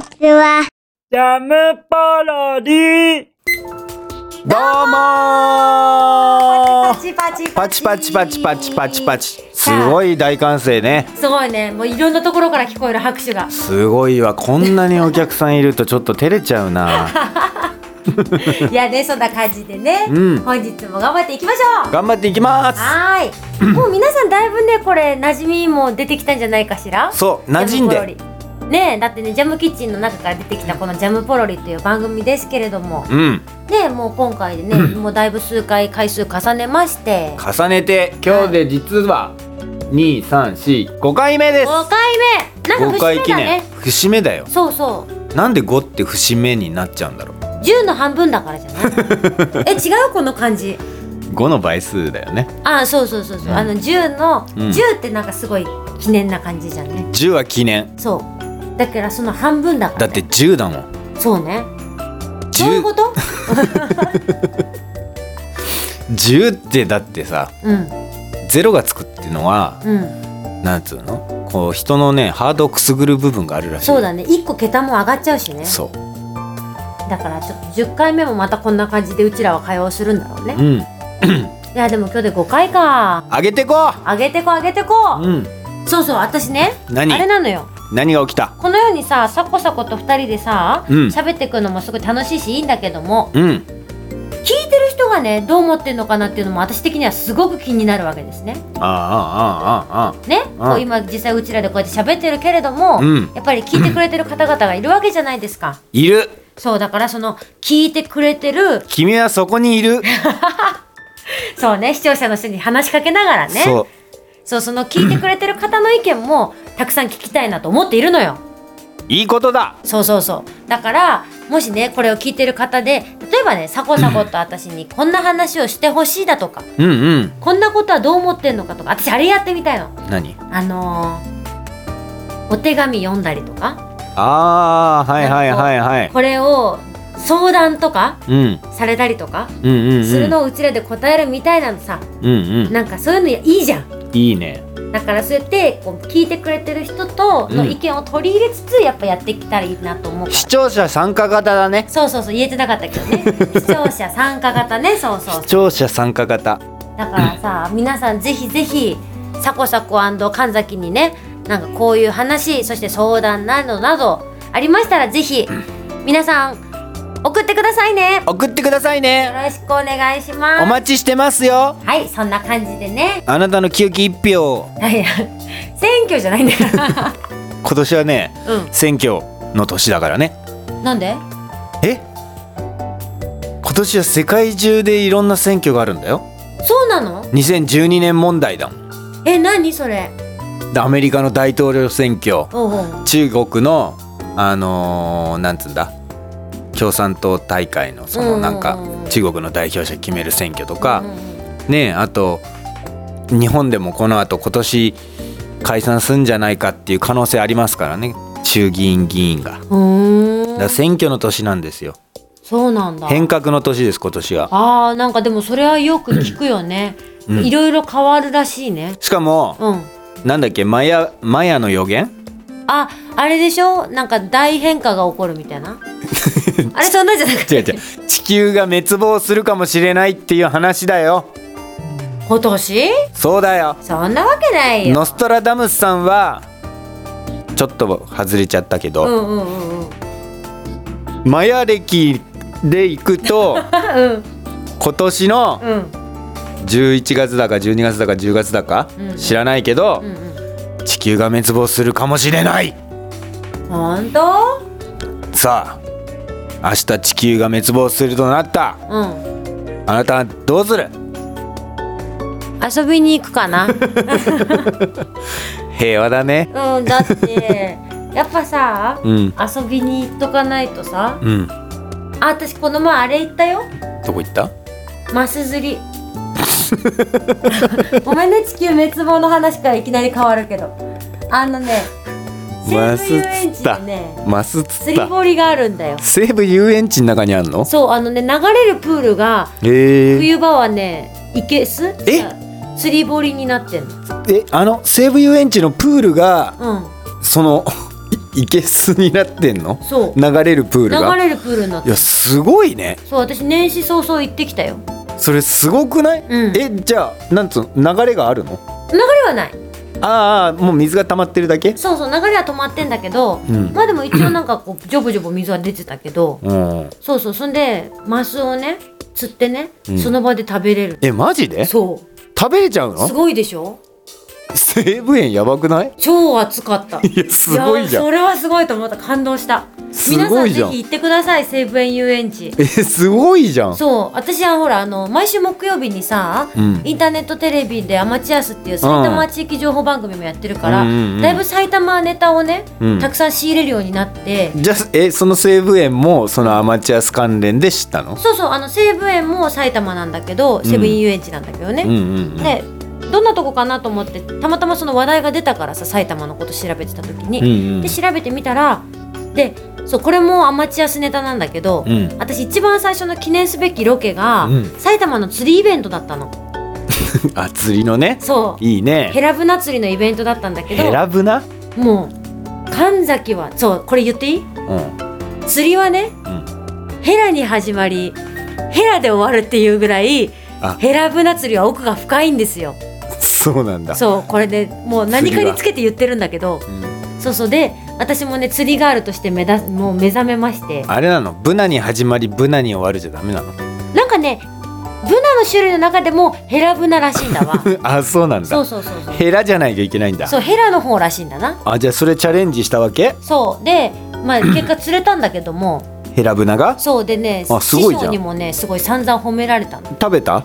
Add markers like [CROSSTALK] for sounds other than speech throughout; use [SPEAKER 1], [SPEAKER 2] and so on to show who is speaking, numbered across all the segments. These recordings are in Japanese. [SPEAKER 1] ちは。
[SPEAKER 2] ジャムパロディ
[SPEAKER 3] どうもー
[SPEAKER 4] チパチ
[SPEAKER 3] パチパチパチパチパチパチすごい大歓声ね
[SPEAKER 4] すごいねもういろんなところから聞こえる拍手が
[SPEAKER 3] すごいわこんなにお客さんいるとちょっと照れちゃうな
[SPEAKER 4] いやねそんな感じでね、
[SPEAKER 3] うん
[SPEAKER 4] 本日も頑張っていきましょう
[SPEAKER 3] 頑張っていきます
[SPEAKER 4] はーいもう皆さんだいぶねこれ馴染みも出てきたんじゃないかしら
[SPEAKER 3] そう馴染ん
[SPEAKER 4] ジャム
[SPEAKER 3] で
[SPEAKER 4] ポロリねえだってねジャムキッチンの中から出てきたこの「ジャムポロリ」という番組ですけれども
[SPEAKER 3] うん
[SPEAKER 4] ねえもう今回でね、もうだいぶ数回回数重ねまして
[SPEAKER 3] 重ねて今日で実は2345回目です
[SPEAKER 4] 5回目なん
[SPEAKER 3] 5
[SPEAKER 4] か
[SPEAKER 3] 回
[SPEAKER 4] 節目
[SPEAKER 3] 記
[SPEAKER 4] だ
[SPEAKER 3] 念
[SPEAKER 4] ね
[SPEAKER 3] 節目だよ
[SPEAKER 4] そうそう
[SPEAKER 3] なんで5って節目になっちゃうんだろう
[SPEAKER 4] 10の半分だからじゃ [LAUGHS] ないえ違うこの感じ
[SPEAKER 3] 5の倍数だよね
[SPEAKER 4] あそうそうそうそう、
[SPEAKER 3] うん
[SPEAKER 4] あの10の、
[SPEAKER 3] うん
[SPEAKER 4] 10ってなんかすごい記念な感じじゃんね
[SPEAKER 3] 10は記念
[SPEAKER 4] そうだからその半分だか
[SPEAKER 3] だっ
[SPEAKER 4] ら、ね、
[SPEAKER 3] て10だもん
[SPEAKER 4] そうねそういうこ
[SPEAKER 3] 10,
[SPEAKER 4] と
[SPEAKER 3] 10ってだってさ
[SPEAKER 4] うん
[SPEAKER 3] 0がつくっていうのは
[SPEAKER 4] うん
[SPEAKER 3] なんつうのこう人のねハードをくすぐる部分があるらしい
[SPEAKER 4] そうだね1個桁も上がっちゃうしね
[SPEAKER 3] そ
[SPEAKER 4] だからちょっと10回目もまたこんな感じでうちらは会話をするんだろうね
[SPEAKER 3] ううん
[SPEAKER 4] いやでも今日で5回か
[SPEAKER 3] 上げてこ
[SPEAKER 4] 上げてこ上げてこ
[SPEAKER 3] う、うん、
[SPEAKER 4] そうそう私ね
[SPEAKER 3] 何
[SPEAKER 4] あれなのよ
[SPEAKER 3] 何が起きた
[SPEAKER 4] このようにさサコサコと2人でさ
[SPEAKER 3] うん
[SPEAKER 4] 喋、ってくのもすごい楽しいしいいんだけども
[SPEAKER 3] うん
[SPEAKER 4] 聞いてる人がねどう思ってるのかなっていうのも私的にはすごく気になるわけですね。
[SPEAKER 3] あああああああ
[SPEAKER 4] ね、こ
[SPEAKER 3] う
[SPEAKER 4] うん今実際うちらでこうやって喋ってるけれども、
[SPEAKER 3] うん
[SPEAKER 4] やっぱり聞いてくれてる方々がいるわけじゃないですか。
[SPEAKER 3] いる
[SPEAKER 4] そうだからその聞いてくれてる
[SPEAKER 3] 君はそこにいる、
[SPEAKER 4] そうね視聴者の人に話しかけながらね
[SPEAKER 3] そう
[SPEAKER 4] そうその聞いてくれてる方の意見もたくさん聞きたいなと思っているのよ。
[SPEAKER 3] いいことだ
[SPEAKER 4] そうそうそうだからもしねこれを聞いてる方で例えばねサコサコと私にこんな話をしてほしいだとか
[SPEAKER 3] うんうん
[SPEAKER 4] こんなことはどう思ってんのかとか私あれやってみたいの。
[SPEAKER 3] 何
[SPEAKER 4] あのーお手紙読んだりとか
[SPEAKER 3] ああはいはいはいはい
[SPEAKER 4] これを相談とか
[SPEAKER 3] うん
[SPEAKER 4] されたりとか
[SPEAKER 3] うんうんうん
[SPEAKER 4] するのをうちらで答えるみたいなのさ、
[SPEAKER 3] うん
[SPEAKER 4] なんかそういうのいいじゃん
[SPEAKER 3] うんいいね
[SPEAKER 4] だからそうやってこう聞いてくれてる人との意見を取り入れつつやっぱやってきたらいいなと思うから
[SPEAKER 3] 視聴者参加型だね
[SPEAKER 4] そうそうそう言えてなかったけ
[SPEAKER 3] [LAUGHS]
[SPEAKER 4] どね視聴者参加型ねそうそう
[SPEAKER 3] 視聴者参加型
[SPEAKER 4] だから
[SPEAKER 3] [CLEARS THROAT]
[SPEAKER 4] さ皆さんぜひぜひサコサコ神崎にねなんかこういう話そして相談などなどありましたらぜひ皆さん送ってくださいねよ
[SPEAKER 3] 送ってくださいね
[SPEAKER 4] ろしくお願いします
[SPEAKER 3] お待ちしてますよ
[SPEAKER 4] はいそんな感じでね
[SPEAKER 3] あなたの清き一票を
[SPEAKER 4] はいや選挙じゃな
[SPEAKER 3] [LAUGHS]
[SPEAKER 4] いんだから
[SPEAKER 3] 今年はね
[SPEAKER 4] う
[SPEAKER 3] 選挙の年だからね
[SPEAKER 4] んなんで
[SPEAKER 3] え今年は世界中でいろんな選挙があるんだよ
[SPEAKER 4] そうなの
[SPEAKER 3] 2012年問題だもん
[SPEAKER 4] え何それ
[SPEAKER 3] でアメリカの大統領選挙
[SPEAKER 4] おうおう
[SPEAKER 3] 中国のあのーなんつうんだ共産党大会のそのなんか
[SPEAKER 4] うんうんうん
[SPEAKER 3] 中国の代表者決める選挙とか
[SPEAKER 4] うんうん
[SPEAKER 3] ねえあと日本でもこのあと今年解散すんじゃないかっていう可能性ありますからね衆議院議員がだか
[SPEAKER 4] うーん
[SPEAKER 3] ら選挙の年なんですよ
[SPEAKER 4] そうなんだ
[SPEAKER 3] 変革の年です今年は
[SPEAKER 4] あーなんかでもそれはよく聞くよね
[SPEAKER 3] うん
[SPEAKER 4] いろいろ変わるらしいね
[SPEAKER 3] しかも
[SPEAKER 4] うん
[SPEAKER 3] なんだっけマヤマヤの予言
[SPEAKER 4] ああれでしょなんか大変化が起こるみた
[SPEAKER 3] [LAUGHS]
[SPEAKER 4] いなあれそんなんじゃなかった
[SPEAKER 3] 違う違う地球が滅亡するかもしれないっていう話だよ
[SPEAKER 4] 今年
[SPEAKER 3] そうだよ
[SPEAKER 4] そんなわけないよ
[SPEAKER 3] ノストラダムスさんはちょっと外れちゃったけ
[SPEAKER 4] う
[SPEAKER 3] ど、
[SPEAKER 4] んうんうんうん
[SPEAKER 3] マヤ歴でいくと
[SPEAKER 4] [LAUGHS] うん
[SPEAKER 3] 今年の
[SPEAKER 4] うん
[SPEAKER 3] 11月だか12月だか10月だか
[SPEAKER 4] うん
[SPEAKER 3] 知らないけど
[SPEAKER 4] う、んうん
[SPEAKER 3] 地球が滅亡するかもしれない
[SPEAKER 4] ほんと
[SPEAKER 3] さあ明日地球が滅亡するとなった
[SPEAKER 4] うん
[SPEAKER 3] あなたはどうする
[SPEAKER 4] 遊びに行く
[SPEAKER 3] [LAUGHS]
[SPEAKER 4] かな
[SPEAKER 3] 平和だね
[SPEAKER 4] うんだってやっぱさ
[SPEAKER 3] うん
[SPEAKER 4] 遊びに行っとかないとさ
[SPEAKER 3] うん
[SPEAKER 4] あ私この前あれ行ったよ
[SPEAKER 3] どこ行った
[SPEAKER 4] マス釣り [LAUGHS] ごめんね地球滅亡の話からいきなり変わるけどあのね西
[SPEAKER 3] マス
[SPEAKER 4] 武遊
[SPEAKER 3] 釣
[SPEAKER 4] 園
[SPEAKER 3] っ
[SPEAKER 4] 地
[SPEAKER 3] た
[SPEAKER 4] でね
[SPEAKER 3] マス釣
[SPEAKER 4] 釣
[SPEAKER 3] っ
[SPEAKER 4] り
[SPEAKER 3] た
[SPEAKER 4] 堀があるんだよ
[SPEAKER 3] 西武遊園地の中にあるの
[SPEAKER 4] そうあのね流れるプールが
[SPEAKER 3] へえ
[SPEAKER 4] 冬場はねいけす
[SPEAKER 3] え
[SPEAKER 4] 釣り堀になってんの
[SPEAKER 3] えあの西武遊園地のプールが [LAUGHS]
[SPEAKER 4] うん
[SPEAKER 3] そのいけすになってんの
[SPEAKER 4] そう
[SPEAKER 3] 流れるプール
[SPEAKER 4] 流
[SPEAKER 3] が
[SPEAKER 4] れるプールになっ
[SPEAKER 3] い
[SPEAKER 4] て
[SPEAKER 3] やすごいね
[SPEAKER 4] そう私年始早々行ってきたよ
[SPEAKER 3] それすごくない、
[SPEAKER 4] うん
[SPEAKER 3] えじゃあなんつうの流れがあるの
[SPEAKER 4] 流れはない
[SPEAKER 3] あーあーもう水が溜まってるだけ
[SPEAKER 4] そうそう流れは止まってんだけど、
[SPEAKER 3] うん
[SPEAKER 4] まあでも一応なんかこう [CLEARS THROAT] ジョブジョブ水は出てたけど
[SPEAKER 3] うん
[SPEAKER 4] そうそうそんでマスをね釣ってね、
[SPEAKER 3] うん
[SPEAKER 4] その場で食べれる
[SPEAKER 3] えマジで
[SPEAKER 4] そ
[SPEAKER 3] 食べれちゃう
[SPEAKER 4] うす
[SPEAKER 3] の
[SPEAKER 4] ごいでしょ
[SPEAKER 3] 西武園やばくない
[SPEAKER 4] 超暑かった
[SPEAKER 3] いやすごいじゃん
[SPEAKER 4] やそれはすごいと思った感動した
[SPEAKER 3] すごいじゃん
[SPEAKER 4] 皆さんぜひ行ってください西武園遊園地
[SPEAKER 3] えすごいじゃん
[SPEAKER 4] そう私はほらあの毎週木曜日にさ、
[SPEAKER 3] うん
[SPEAKER 4] インターネットテレビで「アマチュアス」っていう埼玉地域情報番組もやってるから、
[SPEAKER 3] うんうんうん
[SPEAKER 4] だいぶ埼玉ネタをね、
[SPEAKER 3] うん
[SPEAKER 4] たくさん仕入れるようになって、
[SPEAKER 3] じゃあえその西武園もそのアマチュアス関連で知ったの
[SPEAKER 4] そうそうあの西武園も埼玉なんだけど西武園遊園地なんだけどね、
[SPEAKER 3] うんうんうん
[SPEAKER 4] でどんなとこかなと思ってたまたまその話題が出たからさ埼玉のこと調べてた時に、
[SPEAKER 3] うんうん
[SPEAKER 4] で調べてみたらでそうこれもアマチュアスネタなんだけど、
[SPEAKER 3] うん
[SPEAKER 4] 私一番最初の記念すべきロケが、
[SPEAKER 3] うん
[SPEAKER 4] 埼玉の釣りイベントだったの
[SPEAKER 3] あ釣りのね
[SPEAKER 4] そう
[SPEAKER 3] いいね
[SPEAKER 4] ヘラブナ釣りのイベントだったんだけ
[SPEAKER 3] ヘ
[SPEAKER 4] ど
[SPEAKER 3] ラブナ
[SPEAKER 4] もう神崎はそうこれ言っていい
[SPEAKER 3] うん
[SPEAKER 4] 釣りはね、ヘラに始まりヘラで終わるっていうぐらい
[SPEAKER 3] あ
[SPEAKER 4] ヘラブナ釣りは奥が深いんですよ
[SPEAKER 3] そうなんだ
[SPEAKER 4] そうこれでもう何かにつけて言ってるんだけど
[SPEAKER 3] うん
[SPEAKER 4] そうそうで私もね釣りガールとして目だもう目覚めまして
[SPEAKER 3] あれなのブナに始まりブナに終わるじゃダメなの [LAUGHS]
[SPEAKER 4] なんかねブナの種類の中でもヘラブナらしいんだわ
[SPEAKER 3] あ [LAUGHS] そうなん
[SPEAKER 4] そう
[SPEAKER 3] だ
[SPEAKER 4] そうそうそう
[SPEAKER 3] ヘラじゃないといけないんだ
[SPEAKER 4] そうヘラの方らしいんだな
[SPEAKER 3] あじゃあそれチャレンジしたわけ
[SPEAKER 4] そうでま
[SPEAKER 3] [LAUGHS]
[SPEAKER 4] あ結果釣れたんだけども
[SPEAKER 3] ヘラブナが
[SPEAKER 4] そうでね
[SPEAKER 3] あすごいじゃん
[SPEAKER 4] 師匠にもねすごい散々褒められたの
[SPEAKER 3] 食べた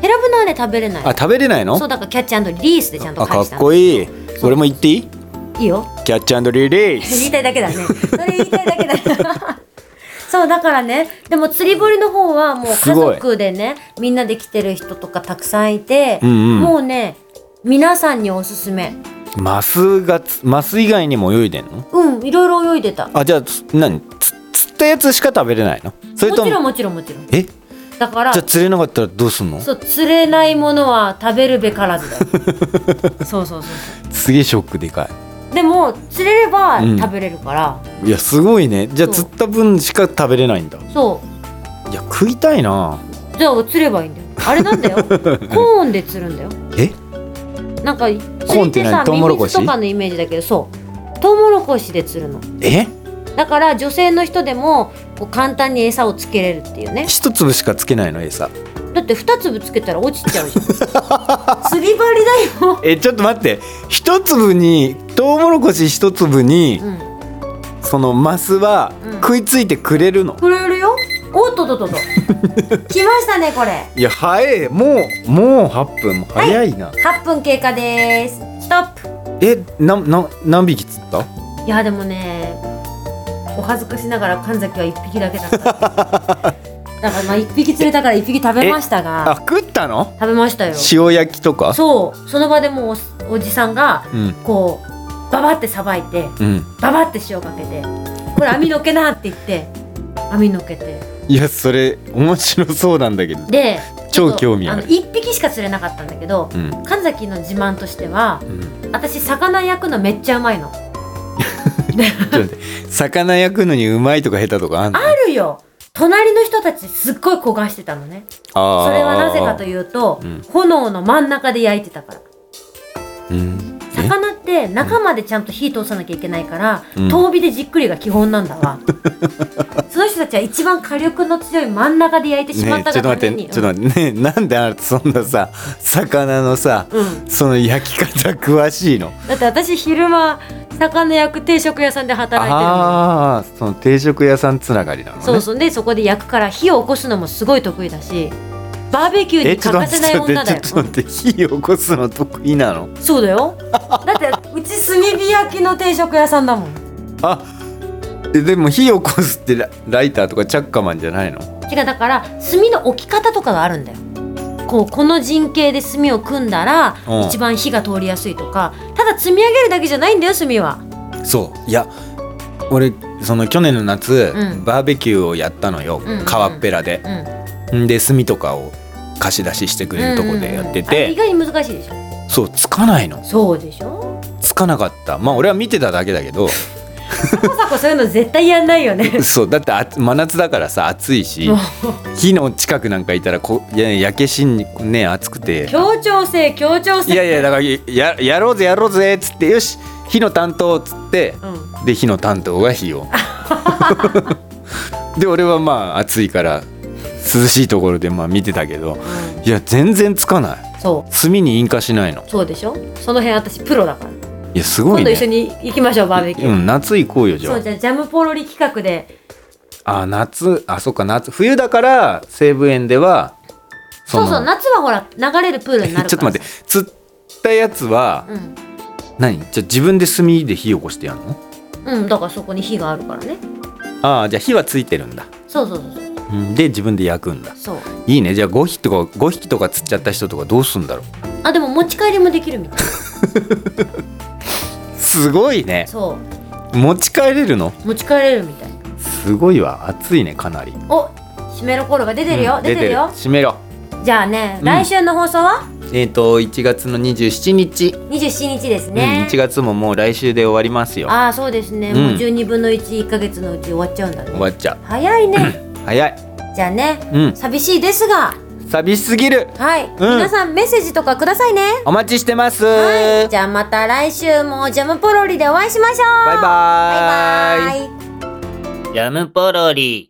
[SPEAKER 4] ヘラブナはね食べれない
[SPEAKER 3] あ食べれないの
[SPEAKER 4] そうだからキャッチリリースでちゃんと
[SPEAKER 3] あか
[SPEAKER 4] 返
[SPEAKER 3] っ
[SPEAKER 4] したの
[SPEAKER 3] こいい
[SPEAKER 4] そう
[SPEAKER 3] 俺も言っていい
[SPEAKER 4] いいよ
[SPEAKER 3] キャッチアンドリリー
[SPEAKER 4] 言 [LAUGHS] い
[SPEAKER 3] ス
[SPEAKER 4] たいだけだねそれ言いたいだ
[SPEAKER 3] [LAUGHS]
[SPEAKER 4] けだそうだからねでも釣り堀の方はもう
[SPEAKER 3] す
[SPEAKER 4] 家
[SPEAKER 3] ごい
[SPEAKER 4] 族でねみんなで来てる人とかたくさんいて、
[SPEAKER 3] うんうん
[SPEAKER 4] もうね皆さんにおすすめ
[SPEAKER 3] マスがつマス以外にも泳いでんの
[SPEAKER 4] うんいろいろ泳いでた
[SPEAKER 3] あじゃあつ何つ釣ったやつしか食べれないのそれ
[SPEAKER 4] も
[SPEAKER 3] と
[SPEAKER 4] ちろん
[SPEAKER 3] も
[SPEAKER 4] もちろんもちろん
[SPEAKER 3] えじ
[SPEAKER 4] だから
[SPEAKER 3] ゃあ釣れなかったらどうすんの
[SPEAKER 4] そう釣れないものは食べるべからずだよ
[SPEAKER 3] [LAUGHS]
[SPEAKER 4] そうそうそうそう
[SPEAKER 3] すげえショックでか
[SPEAKER 4] でも釣れれば
[SPEAKER 3] うん
[SPEAKER 4] 食べれるから、
[SPEAKER 3] いいやすごいねじゃあ
[SPEAKER 4] そ
[SPEAKER 3] 釣
[SPEAKER 4] う
[SPEAKER 3] った分しか食べれないんだ
[SPEAKER 4] そ
[SPEAKER 3] いや食いたいな
[SPEAKER 4] うじゃあ釣ればいいんだよあ
[SPEAKER 3] [LAUGHS]
[SPEAKER 4] れなんだよコーンで釣るんだよ
[SPEAKER 3] え
[SPEAKER 4] なんか
[SPEAKER 3] ーン
[SPEAKER 4] 釣り
[SPEAKER 3] っ
[SPEAKER 4] ってて
[SPEAKER 3] 何
[SPEAKER 4] さ
[SPEAKER 3] トウ
[SPEAKER 4] ミ
[SPEAKER 3] モロ
[SPEAKER 4] ミ
[SPEAKER 3] コシ
[SPEAKER 4] ズとかのイメージだけどそうトウモロコシで釣るの
[SPEAKER 3] え
[SPEAKER 4] だから女性の人でもこう簡単に餌をつけれるっていうね
[SPEAKER 3] 一粒しかつけないの餌
[SPEAKER 4] だって2粒つけたら落ちちゃ
[SPEAKER 3] [LAUGHS]
[SPEAKER 4] うじゃん釣り針だよ、
[SPEAKER 3] えちょっと待って一粒にトウモロコシ一粒に
[SPEAKER 4] うん、
[SPEAKER 3] そのマスは
[SPEAKER 4] うん
[SPEAKER 3] 食いついてくれるの、
[SPEAKER 4] くれるよおっとっとっとっと来ましたねこれ
[SPEAKER 3] いや早えもうもう8分も早いな、
[SPEAKER 4] 8分経過ですストップ
[SPEAKER 3] えなな何匹釣った
[SPEAKER 4] いやでもねお恥ずかしながら神崎は1匹だけ
[SPEAKER 3] [LAUGHS]
[SPEAKER 4] だっただからまあ1匹釣れたから1匹食べました
[SPEAKER 3] あ
[SPEAKER 4] が
[SPEAKER 3] 食ったの
[SPEAKER 4] 食べましたよ
[SPEAKER 3] 塩焼きとか
[SPEAKER 4] そうその場でもうおおじさんが
[SPEAKER 3] うん
[SPEAKER 4] こうババってさばいて
[SPEAKER 3] うん
[SPEAKER 4] ババって塩かけて「これ網のっけな」って言って網のっけて
[SPEAKER 3] いやそれ面白そうなんだけど
[SPEAKER 4] で
[SPEAKER 3] 超
[SPEAKER 4] ちょっと
[SPEAKER 3] 興味ある
[SPEAKER 4] の1匹しか釣れなかったんだけど
[SPEAKER 3] うん
[SPEAKER 4] 神崎の自慢としては
[SPEAKER 3] うん
[SPEAKER 4] 私魚焼くのめっちゃうまいの
[SPEAKER 3] ちょっと待って魚焼くのにうまいとか下手とかあんの
[SPEAKER 4] あるよ隣の人たちすっごい焦がしてたのね
[SPEAKER 3] あ
[SPEAKER 4] それはなぜかと
[SPEAKER 3] う、
[SPEAKER 4] いうと、
[SPEAKER 3] うん
[SPEAKER 4] 炎の真ん中で焼いてたから
[SPEAKER 3] うん、え
[SPEAKER 4] 魚って中までちゃんと火通さなきゃいけないから、
[SPEAKER 3] うん
[SPEAKER 4] 遠火でじっくりが基本なんだわ
[SPEAKER 3] [LAUGHS]
[SPEAKER 4] その人たちは一番火力の強い真ん中で焼いてしまっ
[SPEAKER 3] ね
[SPEAKER 4] た
[SPEAKER 3] ちょっと
[SPEAKER 4] が
[SPEAKER 3] 待
[SPEAKER 4] た
[SPEAKER 3] っ
[SPEAKER 4] め
[SPEAKER 3] て
[SPEAKER 4] に、
[SPEAKER 3] ちょっと待ってねなんであなたそんなさ魚のさ、
[SPEAKER 4] うん
[SPEAKER 3] その焼き方詳しいの
[SPEAKER 4] だって私昼間魚焼く定食屋さんで働いてるの
[SPEAKER 3] ああーその定食屋さんつながりなのね
[SPEAKER 4] そうそうでそこで焼くから火を起こすのもすごい得意だしバーベキュー
[SPEAKER 3] え
[SPEAKER 4] に
[SPEAKER 3] ちょ
[SPEAKER 4] 欠
[SPEAKER 3] っと待
[SPEAKER 4] かせ
[SPEAKER 3] っ
[SPEAKER 4] ない
[SPEAKER 3] て
[SPEAKER 4] 女だ
[SPEAKER 3] ちょ
[SPEAKER 4] よ
[SPEAKER 3] っ、と待って火起こすの得意なの
[SPEAKER 4] うんそうだよだってうち炭火焼きの定食屋さんだもん
[SPEAKER 3] あえでも火起こすってラライターとかチャッカマンじゃないの
[SPEAKER 4] 違うだから炭の置き方とかがあるんだよこうこの陣形で炭を組んだら、
[SPEAKER 3] うん
[SPEAKER 4] 一番火が通りやすいとかただ積み上げるだけじゃないんだよ炭は
[SPEAKER 3] そういや俺その去年の夏、
[SPEAKER 4] うん
[SPEAKER 3] バーベキューをやったのよ、
[SPEAKER 4] うんうんうん
[SPEAKER 3] 川っぺらで、
[SPEAKER 4] うん
[SPEAKER 3] んで炭とかを貸し出ししてくれるとこでやって
[SPEAKER 4] うんうんうんあれ
[SPEAKER 3] て
[SPEAKER 4] 意、外に難しいでしょ
[SPEAKER 3] そうつかないの
[SPEAKER 4] そうでしょ [LAUGHS]
[SPEAKER 3] つかなかったまあ俺は見てただけだけど
[SPEAKER 4] サコサコそういうの絶対やんないよね
[SPEAKER 3] [LAUGHS] そうだってあ真夏だからさ暑いし
[SPEAKER 4] もう
[SPEAKER 3] 火の近くなんかいたらこいや焼けしんね暑くて
[SPEAKER 4] 協調性協調
[SPEAKER 3] い
[SPEAKER 4] 性
[SPEAKER 3] やいやだからやややろうぜやろうぜっつってよし火の担当っつって、
[SPEAKER 4] う
[SPEAKER 3] で火の担当が
[SPEAKER 4] [LAUGHS]
[SPEAKER 3] 火をで俺はまあ暑いから涼しいところでまあ見てたけどいや全然つかない
[SPEAKER 4] そ
[SPEAKER 3] 炭に引火しないの
[SPEAKER 4] うそうでしょその辺私プロだから、
[SPEAKER 3] いやすご
[SPEAKER 4] 今
[SPEAKER 3] いね
[SPEAKER 4] 度一緒に行きましょうバーベキュー、
[SPEAKER 3] うん夏行こうよじゃ
[SPEAKER 4] そうじゃあジャムポロリ企画で
[SPEAKER 3] ああ夏あそっか夏冬だから西武園では
[SPEAKER 4] そう
[SPEAKER 3] の
[SPEAKER 4] そう夏はほら流れるプールになるから
[SPEAKER 3] [LAUGHS] ちょっと待って釣ったやつは、
[SPEAKER 4] て
[SPEAKER 3] 何じゃあ自分で炭で火起こしてやるの
[SPEAKER 4] うん、うん、だからそこに火があるからね
[SPEAKER 3] ああじゃあ火はついてるんだ
[SPEAKER 4] そうそうそうそう
[SPEAKER 3] うんで自分で焼くんだ
[SPEAKER 4] そう
[SPEAKER 3] いいねじゃあ5匹とか5匹とか釣っちゃった人とかどうすんだろう
[SPEAKER 4] あでも持ち帰りもできるみたい
[SPEAKER 3] すごいね
[SPEAKER 4] そ
[SPEAKER 3] 持ち帰れるの
[SPEAKER 4] う持ち帰れるみたい
[SPEAKER 3] すごいわ暑いねかなり
[SPEAKER 4] お湿めろコールが出てるよ、
[SPEAKER 3] うん
[SPEAKER 4] 出てるよ
[SPEAKER 3] 閉めろ
[SPEAKER 4] じゃあね、
[SPEAKER 3] うん
[SPEAKER 4] 来週の放送は
[SPEAKER 3] えっ、と1月の27日、
[SPEAKER 4] 27日です
[SPEAKER 3] うん、
[SPEAKER 4] ね、
[SPEAKER 3] 1月ももう来週で終わりますよ
[SPEAKER 4] ああそうですね、
[SPEAKER 3] うん
[SPEAKER 4] もう12分の11ヶ月のうち終わっちゃうんだね
[SPEAKER 3] 終わっちゃう
[SPEAKER 4] 早いね
[SPEAKER 3] 早い
[SPEAKER 4] じゃあね
[SPEAKER 3] うん
[SPEAKER 4] 寂しいですが
[SPEAKER 3] 寂しすぎる
[SPEAKER 4] はい、皆さんメッセージとかくださいね
[SPEAKER 3] お待ちしてます、
[SPEAKER 4] はいじゃあまた来週もジャムポロリでお会いしましょう
[SPEAKER 3] バイバーイ
[SPEAKER 4] バイバイ
[SPEAKER 2] ジャムポロリ。